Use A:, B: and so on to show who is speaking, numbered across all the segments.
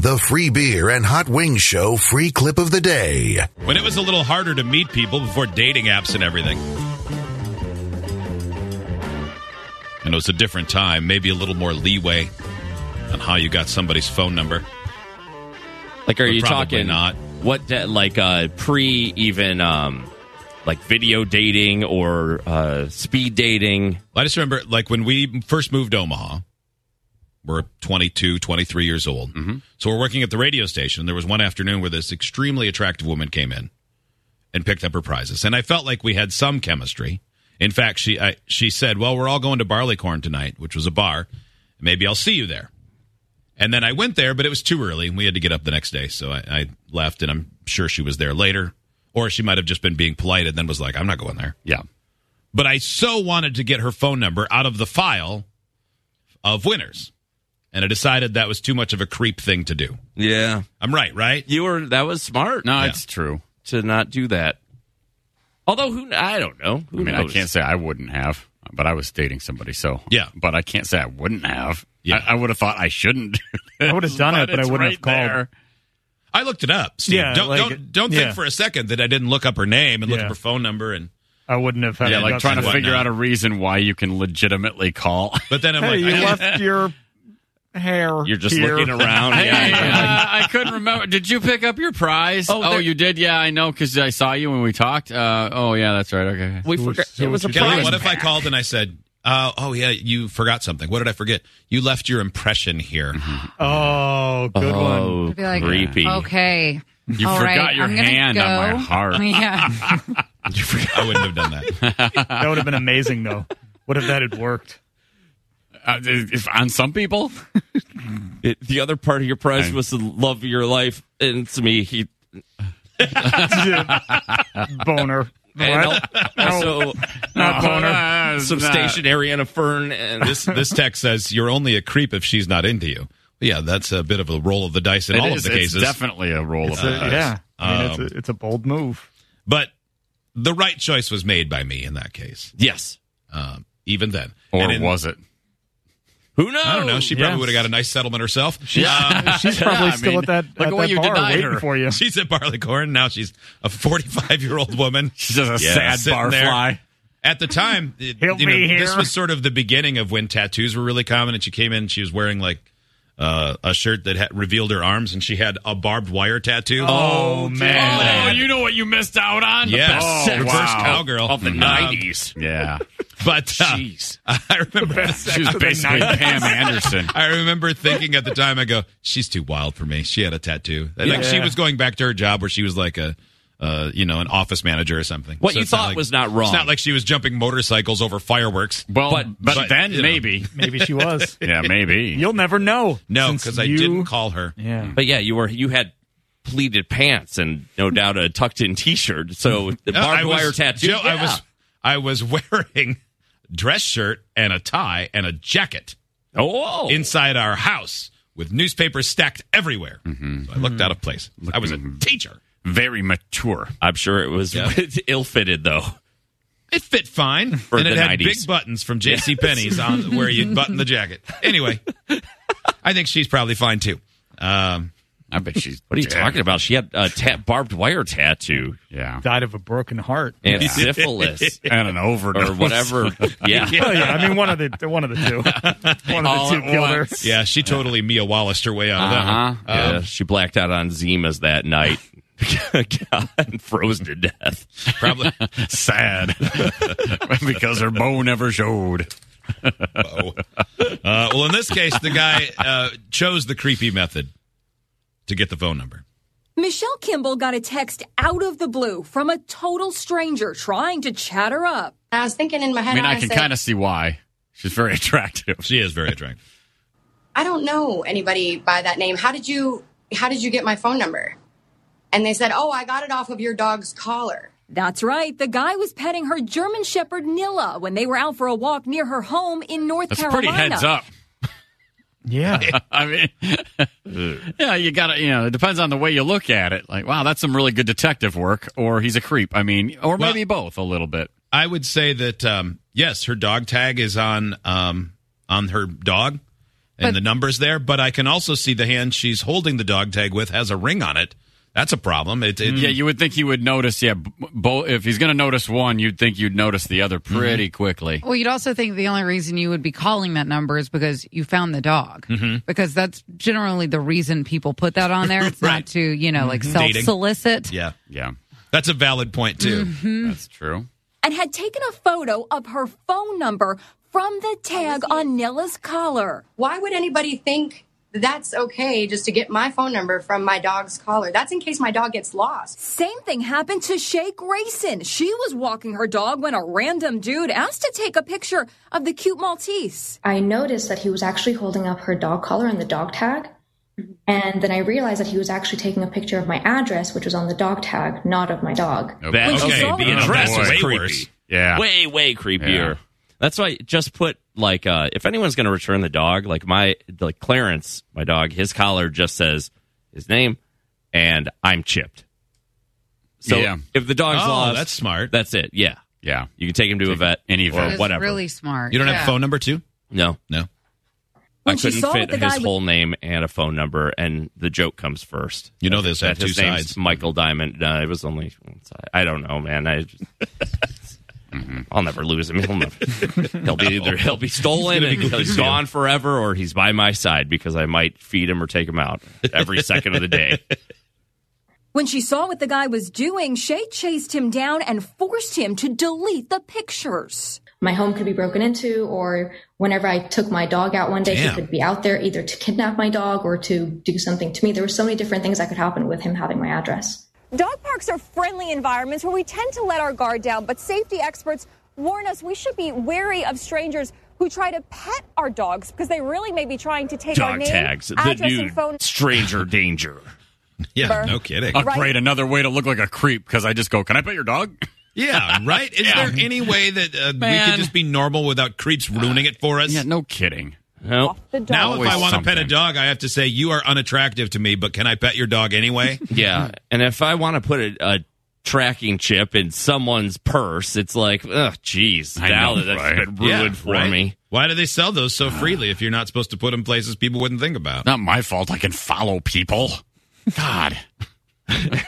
A: The Free Beer and Hot Wings Show free clip of the day.
B: When it was a little harder to meet people before dating apps and everything. And it was a different time, maybe a little more leeway on how you got somebody's phone number.
C: Like, are
B: But
C: you
B: probably
C: talking
B: not.
C: What de- like uh, pre even um, like video dating or uh, speed dating?
B: I just remember, like, when we first moved to Omaha, we're 22, 23 years old. Mm-hmm. So we're working at the radio station. There was one afternoon where this extremely attractive woman came in and picked up her prizes. And I felt like we had some chemistry. In fact, she I, she said, "Well, we're all going to Barleycorn tonight, which was a bar. Maybe I'll see you there." And then I went there, but it was too early, and we had to get up the next day. So I, I left, and I'm sure she was there later, or she might have just been being polite and then was like, "I'm not going there."
C: Yeah.
B: but I so wanted to get her phone number out of the file of winners. And I decided that was too much of a creep thing to do.
C: Yeah.
B: I'm right, right?
C: You were that was smart.
D: No,
B: Yeah.
D: it's true.
C: to not do that. Although who I don't know. Who
D: I mean,
C: knows?
D: I can't say I wouldn't have, but I was dating somebody, so
B: Yeah.
D: But I can't say I wouldn't have.
B: Yeah.
D: I, I would have thought I shouldn't.
E: I would have done it, but I
D: it's
E: wouldn't have
D: right
E: called.
D: there.
B: I looked it up. Steve.
E: Yeah,
B: don't
E: like-
B: don't, don't
E: yeah.
B: think for a second that I didn't look up her name and look
E: Yeah.
B: up her phone number and
E: I wouldn't have had
D: Yeah,
E: the
D: like
E: guts
D: trying to
E: do it.
D: figure
B: whatnot.
D: out a reason why you can legitimately call.
B: but then I'm
E: Hey,
B: like
E: you
B: I didn't-
E: left your hair.
C: You're just
E: here.
C: looking around. Yeah,
D: Hey,
C: yeah.
D: uh, I couldn't remember. Did you pick up your prize?
C: Oh,
D: Oh,
C: there-
D: you did. Yeah, I know because I saw you when we talked. Uh, oh, yeah, that's right. Okay.
C: We
E: So
C: forgot.
E: what's- so
C: it was a
E: what's your
B: Kelly,
C: prize.
E: plan?
B: what if I called and I said, uh, oh yeah, you forgot something. What did I forget? You left your impression here.
E: Mm-hmm. Oh, good one.
C: oh,
F: Be like,
C: creepy.
F: Okay.
D: You
F: All
D: forgot
F: right,
D: your
F: I'm gonna
D: hand
F: go.
D: on my heart.
F: Yeah.
B: I wouldn't have done that.
E: That would have been amazing, though. What if that had worked?
D: Uh, if, on some people,
C: It- the other part of your prize
D: I-
C: was the love of your life, and to me, he
E: Boner.
C: and
E: What?
C: al- also
E: Not boner.
D: Uh,
C: some
D: nah.
C: stationary Anna Fern and
B: This this text says you're only a creep if she's not into you. Yeah, that's a bit of a roll of the dice in
D: It
B: all
D: is-
B: of the
D: it's
B: cases.
D: definitely a roll of
E: It's a-
D: the dice.
E: yeah. I mean, it's, a, it's a bold move.
B: But the right choice was made by me in that case.
C: yes,
B: Um, even then,
D: Or
B: And in-
D: was it?
C: who knows?
B: I don't know. She probably
E: Yes.
B: would have got a nice settlement herself. Um,
E: Oh. She's probably
D: I
E: still
D: mean,
E: at that,
D: look
E: at
D: at what
E: that
D: you
E: bar
D: denied
E: waiting
D: her.
E: for you.
B: she's at Barleycorn now. She's a 45 year old woman.
D: She's just a
B: Yeah,
D: sad
B: sitting there.
D: barfly.
B: At the time, it-
E: Help
B: you know,
E: me here.
B: this was sort of the beginning of when tattoos were really common. And she came in, she was wearing like uh, a shirt that had revealed her arms, and she had a barbed wire tattoo.
E: Oh, man.
D: Oh, you know what you missed out on?
B: Yes.
D: The best
B: Oh,
D: sex
B: reverse
D: wow.
B: cowgirl.
D: of the
B: Mhm.
D: 90s. Yeah.
B: But uh,
D: Jeez.
B: I remember
D: She was basically Pam Anderson.
B: I remember thinking at the time, I go, she's too wild for me. She had a tattoo. Like she
E: Yeah.
B: was going back to her job where she was like a, uh, you know, an office manager or something.
C: What you
B: it's not
C: thought
B: like-
C: was not wrong.
B: It's not like she was jumping motorcycles over fireworks.
D: Well, but,
C: But-
B: but,
D: then
B: you know.
D: maybe.
E: Maybe she was.
D: Yeah, maybe.
E: You'll never know.
B: No,
E: since
B: because I
E: you-
B: didn't call her.
E: Yeah.
C: But yeah, you were you had pleated pants and no doubt a tucked in t shirt. So the
B: No, Uh, I
C: barbed
B: was-
C: wire tattoo.
B: Joe, I
C: yeah.
B: was I was wearing dress shirt and a tie and a jacket
C: oh
B: inside our house with newspapers stacked everywhere.
C: Mm-hmm.
B: So I looked out of place. I was a teacher.
D: Very mature.
C: I'm sure it was
B: Yeah.
C: ill fitted though.
B: It fit fine, and it
C: the
B: had
C: 90s.
B: big buttons from J.C. Penney's on where you'd button the jacket. Anyway, I think she's probably fine too. Um,
D: I bet she's.
C: What are you talking about? She had a ta- barbed wire tattoo
D: Yeah.
E: Died of a broken heart.
C: and syphilis
D: And an overdose.
C: or whatever. Yeah.
E: Oh, yeah. I mean, one of the one of the two. One of
D: All
E: the two
D: at
E: killed her.
D: once.
C: Uh-huh.
B: yeah, she totally Mia Wallace her way out of
D: Uh huh.
C: Yeah, she blacked out on Zimas that night. got and froze to death.
B: Probably.
F: Sad. because her bow never showed.
B: Uh-oh. Uh, well, in this case, the guy uh, chose the creepy method to get the phone number.
G: Michelle Kimball got a text out of the blue from a total stranger trying to chat her up.
H: I was thinking in my head,
D: I mean, I can
H: said,
D: kind of see why. She's very attractive.
B: She is very attractive.
H: I don't know anybody by that name. How did you? How did you get my phone number? And they said, Oh, I got it off of your dog's collar.
G: That's right, the guy was petting her German Shepherd Nilla when they were out for a walk near her home in North
D: That's
G: Carolina.
D: pretty heads up.
E: Yeah.
D: I mean, yeah, you gotta, you know, it depends on the way you look at it. Like, wow, that's some really good detective work, or he's a creep. I mean, or
B: Well-
D: maybe both a little bit.
B: I would say that um, yes, her dog tag is on um, on her dog, and the numbers there. But I can also see the hand she's holding the dog tag with has a ring on it. That's a problem. It, it
D: Yeah, you would think he would notice. Yeah, both. If he's gonna notice one, you'd think you'd notice the other pretty quickly.
I: Well, you'd also think the only reason you would be calling that number is because you found the dog, because that's generally the reason people put that on there. It's
B: Right.
I: not to you know like self solicit.
B: yeah,
D: Yeah,
B: that's a valid point too.
D: that's true.
G: and had taken a photo of her phone number from the tag on Nilla's collar.
H: Why would anybody think that's okay just to get my phone number from my dog's collar? That's in case my dog gets lost.
G: Same thing happened to Shay Grayson. She was walking her dog when a random dude asked to take a picture of the cute Maltese.
H: I noticed that he was actually holding up her dog collar and the dog tag. And then I realized that he was actually taking a picture of my address, which was on the dog tag, not of my dog.
C: That's
G: When she
B: Okay,
G: saw
B: the
G: it.
B: address
F: Oh,
B: is
F: boy.
B: way
C: Creepy.
B: worse.
F: Yeah.
C: way way creepier.
D: Yeah.
C: That's why just put like uh if anyone's going to return the dog, like my like Clarence, my dog, his collar just says his name and I'm chipped. So
D: Yeah.
C: if the dog's
B: Oh,
C: lost,
B: that's smart.
C: That's it. Yeah.
D: Yeah,
C: You can take him to a vet
D: any
C: or
D: vet.
I: It's
C: whatever.
I: really smart.
B: You don't
I: Yeah.
B: have a phone number too?
C: No.
B: No.
C: I
G: When she
C: couldn't
G: saw
C: fit
G: what the
C: his
G: guy was-
C: whole name and a phone number and the joke comes first.
B: You know this have
C: That
B: uh, two
C: his name's
B: sides.
C: Michael Diamond. No, it was only one side. I don't know, man. I just,
D: Mm-hmm.
C: I'll never lose him. He'll, never, he'll be either he'll be stolen and he's gone forever, or he's by my side because I might feed him or take him out every second of the day.
G: When she saw what the guy was doing, Shay chased him down and forced him to delete the pictures.
H: My home could be broken into, or whenever I took my dog out one day,
B: Damn.
H: he could be out there either to kidnap my dog or to do something to me. There were so many different things that could happen with him having my address.
G: Dog parks are friendly environments where we tend to let our guard down, but safety experts warn us we should be wary of strangers who try to pet our dogs because they really may be trying to take
C: Dog tags, the new stranger danger.
B: Yeah,
G: Number.
B: no kidding.
D: Oh,
G: Right.
D: Great, another way to look like a creep because I just go, "Can I pet your dog?"
B: yeah, right. Is there any way that uh, we could
D: Man.
B: just be normal without creeps ruining it for us?
D: yeah, no kidding.
C: No,
G: the dog.
B: Now, if
D: Always
B: I want to pet a
D: something.
B: dog, I have to say you are unattractive to me, but can I pet your dog anyway?
C: yeah. And if I want to put a, a tracking chip in someone's purse, it's like, oh, geez,
D: I
C: now
D: know,
C: that that's
D: right?
C: been ruined
B: Yeah,
C: for
B: right.
C: me.
B: Why do they sell those so
I: Ah.
B: freely if you're not supposed to put them places people wouldn't think about?
D: Not my fault. I can follow people. God,
B: I,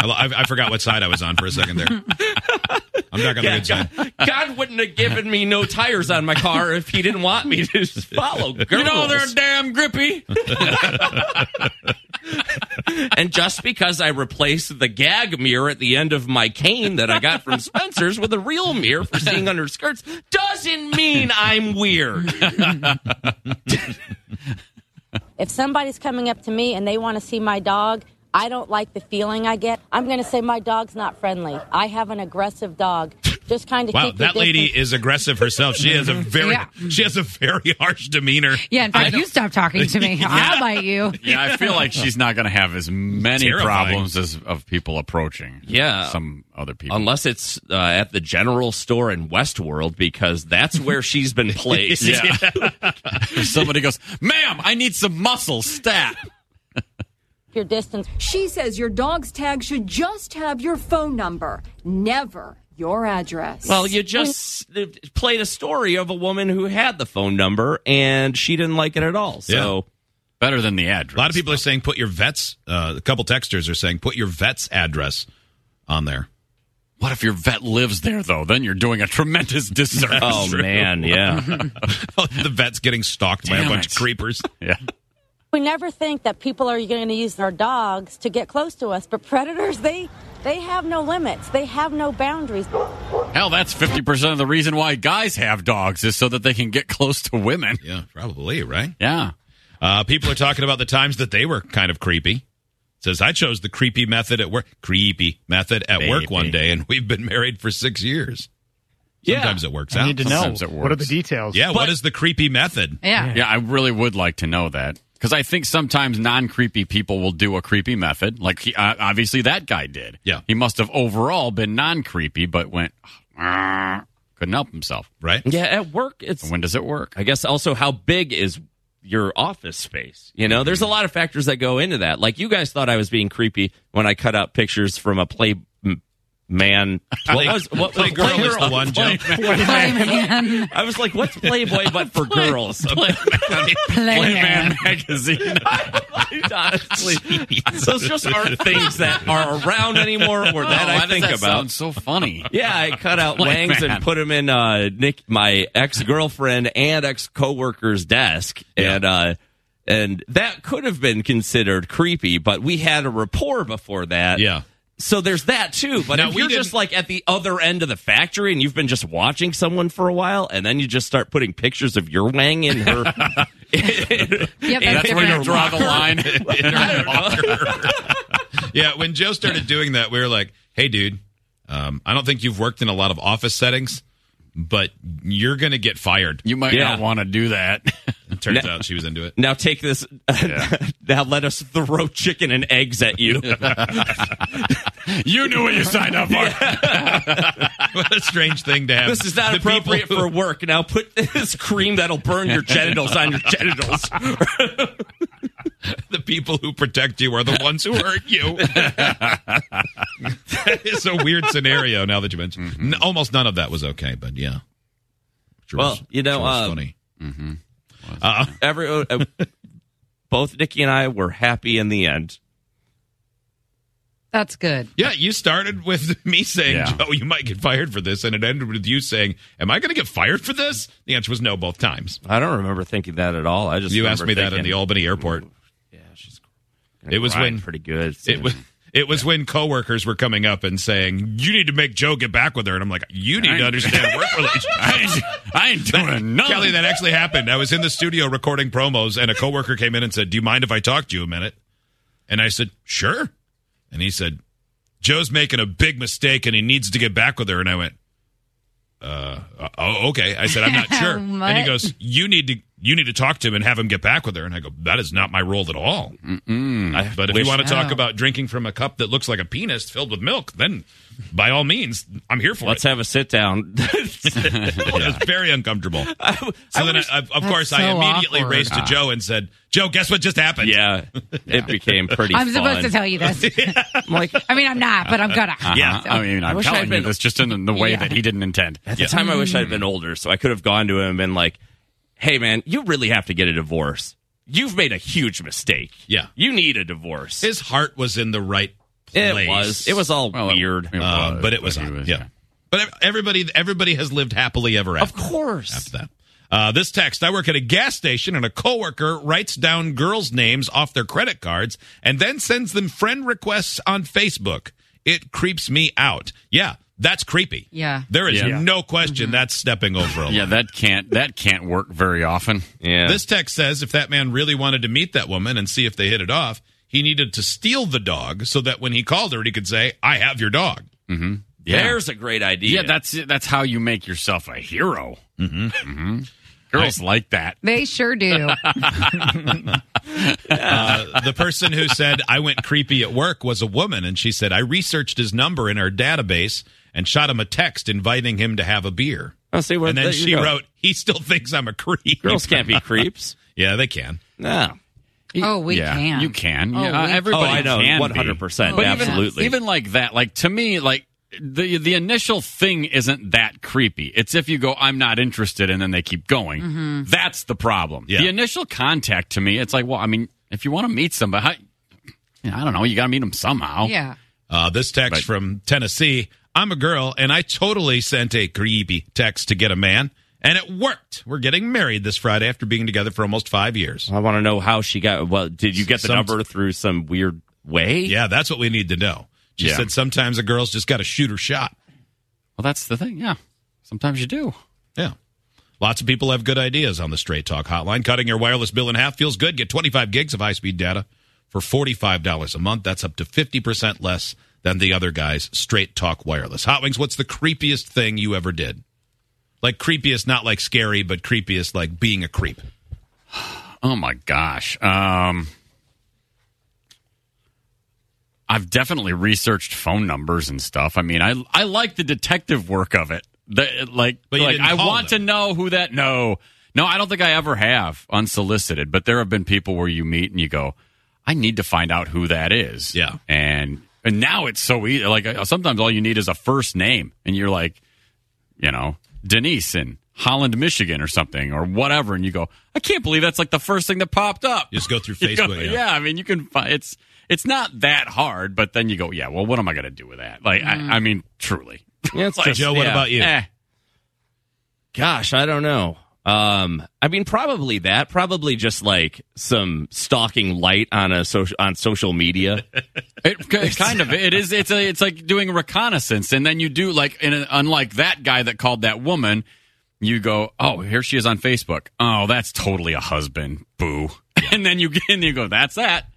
B: I, I forgot what side I was on for a second there. I'm not on the good side.
C: God wouldn't have given me no tires on my car if he didn't want me to just follow girls.
D: you know they're damn grippy.
C: and just because I replaced the gag mirror at the end of my cane that I got from Spencer's with a real mirror for seeing under skirts doesn't mean I'm weird.
H: If somebody's coming up to me and they want to see my dog, I don't like the feeling I get. I'm going to say my dog's not friendly. I have an aggressive dog. Just kind of
B: Wow, that lady is aggressive herself. She has a very
I: Yeah.
B: she has a very harsh demeanor.
I: Yeah, in fact, you stop talking to me. I'll bite you.
D: Yeah, I feel like she's not going to have as many
B: Terrifying.
D: problems as of people approaching.
C: Yeah.
D: some other people.
C: Unless it's uh, at the general store in Westworld because that's where she's been placed.
D: yeah, If somebody goes, "Ma'am, I need some muscle stat."
H: your distance.
G: She says your dog's tag should just have your phone number, never your address.
C: Well, you just uh, played a story of a woman who had the phone number and she didn't like it at all. So
D: Better than the address.
B: A lot of people are saying put your vet's. Uh, a couple texters are saying put your vet's address on there.
D: What if your vet lives there though? Then you're doing a tremendous disservice.
C: Oh man, yeah.
B: the vet's getting stalked by a
D: Damn
B: bunch
D: it.
B: of creepers.
D: yeah.
H: We never think that people are going to use their dogs to get close to us, but predators, they, they have no limits, they have no boundaries.
D: Hell, that's 50% of the reason why guys have dogs is so that they can get close to women.
B: Yeah, probably, right?
D: Yeah.
B: Uh, people are talking about the times that they were kind of creepy. It says I chose the creepy method at work, creepy method at work one day, and we've been married for six years. Sometimes it works out.
E: I need to know
D: Sometimes it
E: what are the
D: works.
E: details.
B: Yeah, what is the creepy method?
I: Yeah.
D: Yeah, I really would like to know that. Because I think sometimes non creepy people will do a creepy method. Like, he, uh, obviously, that guy did.
B: Yeah.
D: He must have overall been non creepy, but went, "Ah," couldn't help himself.
B: Right?
C: Yeah, at work, it's.
D: When does it work?
C: I guess also how big is your office space? You know, there's a lot of factors that go into that. Like you guys thought I was being creepy when I cut out pictures from a play m- man. What was what was
B: Playgirl is the one, Joe.
I: Playman.
C: I was like, what's Playboy but for girls?
I: Playman.
C: magazine. Honestly, those just aren't things that are around anymore or that
D: Oh, why
C: I
D: does
C: think
D: that
C: about.
D: sounds so funny.
C: Yeah, I cut out
D: Like,
C: Langs
D: man.
C: and put him in uh, Nick, my ex girlfriend and ex coworker's desk, and uh, and that could have been considered creepy, but we had a rapport before that.
B: Yeah.
C: So there's that too. But
B: Now,
C: if
B: we
C: you're just
B: didn't-
C: like at the other end of the factory and you've been just watching someone for a while, and then you just start putting pictures of your Wang in her.
I: Yep,
C: in
I: that's
C: her
I: where you
D: draw the
C: locker.
D: line.
B: Yeah, when Joe started doing that, we were like, "Hey, dude, um, I don't think you've worked in a lot of office settings, but you're gonna get fired."
D: You might
C: Yeah.
D: not want to do that.
B: It turns out she was into it.
C: Now take this. now let us throw chicken and eggs at you.
D: you knew what you signed up for.
B: what a strange thing to have.
C: This is not
B: The people
C: appropriate
B: who-
C: for work. Now put this cream that'll burn your genitals on your genitals.
B: the people who protect you are the ones who hurt you. that is a weird scenario. Now that you mention,
C: Mm-hmm.
B: N- almost none of that was okay, but yeah. Sure
C: Well,
B: was-
C: you know,
B: sure was
C: um,
B: funny.
C: Every, uh, both Nikki and I were happy in the end.
I: That's good.
B: Yeah, you started with me saying,
D: Yeah.
B: "Joe, you might get fired for this," and it ended with you saying, "Am I going to get fired for this?" The answer was no, both times.
C: I don't remember thinking that at all. I just
B: You
C: remember
B: asked me that in
C: thinking,
B: the Albany airport.
C: Yeah, she's.
B: It was
C: grind
B: when-
C: pretty good.
B: It was. It was when coworkers were coming up and saying, "You need to make Joe get back with her," and I'm like, "You need to understand work relationships."
D: I ain't, I ain't doing nothing.
B: Kelly, that actually happened. I was in the studio recording promos, and a coworker came in and said, "Do you mind if I talk to you a minute?" And I said, "Sure." And he said, "Joe's making a big mistake, and he needs to get back with her." And I went, "Uh, uh, oh, okay." I said, "I'm not sure." and he
I: What?
B: goes, "You need to." You need to talk to him and have him get back with her. And I go, that is not my role at all.
C: I
B: But if
C: Mm-hmm. Hmm. wish-
B: you want to talk
I: Wow.
B: about drinking from a cup that looks like a penis filled with milk, then by all means, I'm here for
C: let's
B: it.
C: have a sit down.
B: It's very uncomfortable.
C: I-
B: So
C: I
B: then, I,
C: wish-
B: I- of course, I
I: so
B: immediately
I: awkward.
B: raced to Joe and said, "Joe, guess what just happened?"
C: Ah. yeah, it became pretty.
I: I'm supposed
C: fun.
I: to tell you this.
C: I'm like
I: I mean, I'm not, but I'm gonna.
D: Yeah, Uh-huh. I mean,
C: I
D: I'm
C: wish I'd
D: telling you
C: been-
D: this just in the way
I: Yeah.
D: that he didn't intend.
C: At the time, I wish I'd been older, so I could have gone to him and been like, "Hey, man, you really have to get a divorce. You've made a huge mistake.
B: Yeah.
C: you need a divorce.
B: his heart was in the right
C: it
B: place.
C: was. It was all
D: Well, it-
C: weird. Um,
D: it was.
B: uh, but it was,
D: But he
B: on.
D: was-
B: yeah.
D: yeah.
B: But ev- everybody, everybody has lived happily ever
C: of
B: after.
C: course.
B: after that. Uh, this text: I work at a gas station, and a coworker writes down girls' names off their credit cards and then sends them friend requests on Facebook. It creeps me out. Yeah, that's creepy.
I: Yeah. Mm-hmm.
B: there is
D: Yeah.
B: no question that's stepping over a line.
D: Yeah, that can't that can't work very often.
C: Yeah.
B: This text says if that man really wanted to meet that woman and see if they hit it off, he needed to steal the dog so that when he called her, he could say, I have your dog.
D: Yeah.
C: There's a great idea.
D: Yeah, that's that's how you make yourself a hero. Mm-hmm. Girls like that.
I: They sure do.
B: Uh, the person who said, I went creepy at work was a woman, and she said, I researched his number in our database and shot him a text inviting him to have a beer.
C: Oh, see, well,
B: and then
C: there you
B: she
C: go.
B: wrote, He still thinks I'm a creep.
C: girls can't be creeps.
B: Yeah, they can.
C: No.
I: Oh, we
D: Yeah,
I: can.
D: You can.
I: Oh,
D: yeah,
I: we-
C: Oh,
D: everybody
C: I know.
D: can
C: One
D: be.
C: hundred percent.
I: But even-
C: Absolutely.
D: Even like that, like to me, like the the initial thing isn't that creepy. It's if you go, I'm not interested, and then they keep going. That's the problem.
B: Yeah.
D: The initial contact to me, it's like, well, I mean, if you want to meet somebody, how, you know, I don't know, you got to meet them somehow.
I: yeah.
B: Uh, this text
D: Right.
B: from Tennessee I'm a girl, and I totally sent a creepy text to get a man. And it worked. We're getting married this Friday after being together for almost five years.
C: I want to know how she got. Well, did you get the
B: Some-
C: number through some weird way?
B: Yeah, that's what we need to know. She
C: Yeah.
B: said sometimes a girl's just got to shoot her shot.
D: Well, that's the thing. Yeah. Sometimes you do.
B: Yeah. Lots of people have good ideas on the Straight Talk hotline. Cutting your wireless bill in half feels good. Get 25 gigs of high speed data for $45 a month. That's up to 50% less than the other guy's Straight Talk wireless. Hot Wings, what's the creepiest thing you ever did? Like creepiest, not like scary, but creepiest, like being a creep.
D: Oh my gosh. Um I've definitely researched phone numbers and stuff. I mean, I I like the detective work of it. The, like
B: But you
D: like
B: didn't
D: I
B: call
D: want
B: them.
D: to know who that no. No, I don't think I ever have unsolicited, but there have been people where you meet and you go, "I need to find out who that is."
B: Yeah.
D: And and now it's so easy. Like uh, sometimes all you need is a first name and you're like, you know, Denise in Holland, Michigan or something or whatever. And you go, I can't believe that's like the first thing that popped up.
B: Just go through
D: You go,
B: Facebook.
D: yeah. I mean, you can find it's, it's not that hard, but then you go, yeah, well, what am I going to do with that? Like, I, I mean, truly.
C: Yeah, it's
B: Like, Joe, what
C: yeah.
B: about you?
D: Eh.
C: Gosh, I don't know. Um, I mean, probably that. Probably just like some stalking light on a social on social media.
D: It, it kind of it is it's a, it's like doing reconnaissance and then you do like in a, unlike that guy that called that woman you go oh here she is on Facebook oh that's totally a husband boo and then you get and you go that's that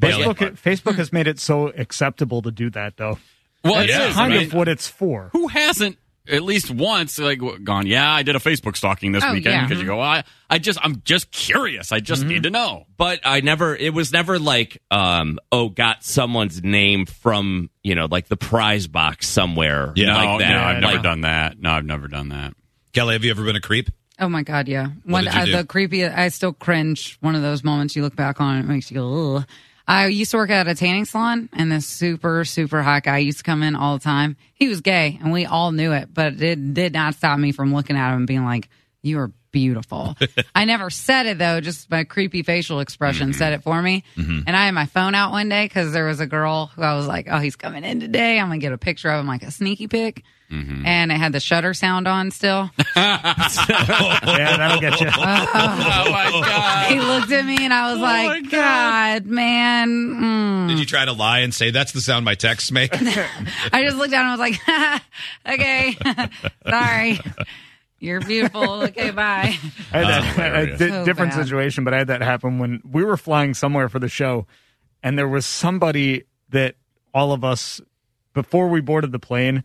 E: Facebook, Facebook has made it so acceptable to do that, though.
D: well
E: That's
D: it is,
E: kind
D: I mean,
E: of what it's for.
D: who hasn't at least once like w- gone yeah I did a Facebook stalking this
I: Oh,
D: weekend
I: yeah. Mm-hmm.
D: because you go I I just I'm just curious I just need to know
C: but I never it was never like um oh got someone's name from you know like the prize box somewhere
D: no
C: like that
D: Oh, no I've never
C: Like,
D: done that no I've never done that
B: Kelly, have you ever been a creep?
I: Oh my God, yeah. One
B: did you
I: uh,
B: do?
I: the creepy. I still cringe. One of those moments you look back on, it makes you go. Ugh. I used to work at a tanning salon, and this super super hot guy used to come in all the time. He was gay, and we all knew it, but it did not stop me from looking at him and being like, "You are beautiful." I never said it though; just my creepy facial expression said it for me. And I had my phone out one day because there was a girl who I was like, "Oh, he's coming in today. I'm gonna get a picture of him, like a sneaky pic." And it had the shutter sound on still.
E: yeah, that'll get you.
D: oh my god
I: he looked at me and I was like, God, man. mm."
B: Did you try to lie and say that's the sound my texts make?
I: I just looked down and I was like, okay, sorry. You're beautiful. Okay, bye.
E: I had that, a di-
I: So
E: different
I: bad.
E: situation, but I had that happen when we were flying somewhere for the show, and there was somebody that all of us before we boarded the plane.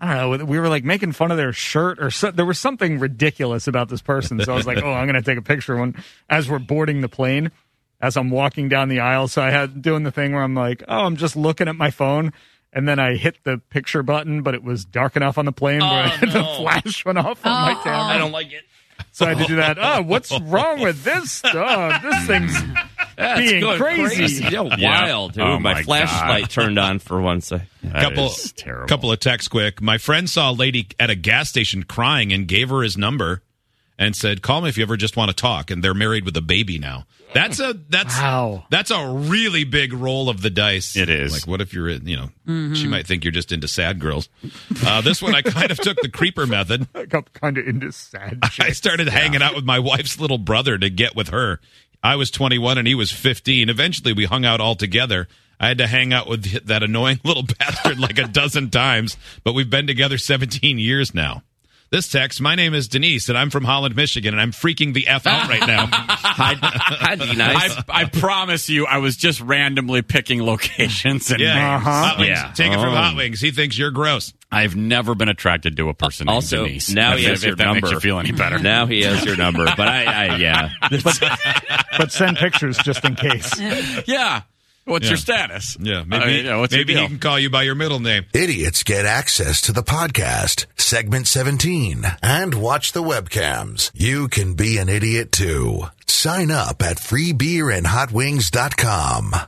E: I don't know. We were like making fun of their shirt, or so, there was something ridiculous about this person. So I was like, "Oh, I'm going to take a picture when as we're boarding the plane, as I'm walking down the aisle." So I had doing the thing where I'm like, "Oh, I'm just looking at my phone," and then I hit the picture button, but it was dark enough on the plane where the flash went off on
I: Oh.
E: my camera.
C: I don't like it
E: So I had to do that. Oh, what's wrong with this? Oh, this thing's
C: That's
E: being
C: going
E: crazy.
C: Yeah,
D: Yeah.
C: wild dude
D: Oh
C: my,
D: my
C: flashlight turned on for one second
B: couple,
D: is terrible.
B: couple of texts quick. My friend saw a lady at a gas station crying and gave her his number and said, "Call me if you ever just want to talk." And they're married with a baby now. That's a that's
E: Wow.
B: that's a really big roll of the dice.
D: It is.
B: Like, what if you're in? You know, she might think you're just into sad girls. Uh, this one, I kind of took the creeper method.
E: I got kind of into sad.
B: I started hanging out with my wife's little brother to get with her. I was 21 and he was 15. Eventually, we hung out all together. I had to hang out with that annoying little bastard like a dozen times, but we've been together 17 years now. This text, my name is Denise and I'm from Holland, Michigan, and I'm freaking the F out right now.
C: hi, hi nice
D: I, I promise you, I was just randomly picking locations and
B: Yeah.
D: names.
B: Hot Wings.
D: Uh-huh. Yeah.
B: Take it from
C: Oh.
B: Hot Wings. He thinks you're gross.
D: I've never been attracted to a person. named
C: Also,
D: Denise.
C: now
D: If-
C: he has
D: if,
C: your
D: that makes
C: number.
D: you feel any better.
C: now he has your number but I, I yeah
E: but send pictures just in case.
D: yeah. What's
B: Yeah.
D: your status?
B: Yeah.
D: I
B: Maybe,
D: mean, yeah, what's your
B: maybe he
D: deal?
B: can call you by your middle name.
A: Idiots get access to the podcast, segment 17, and watch the webcams. You can be an idiot too. Sign up at freebeerandhotwings.com.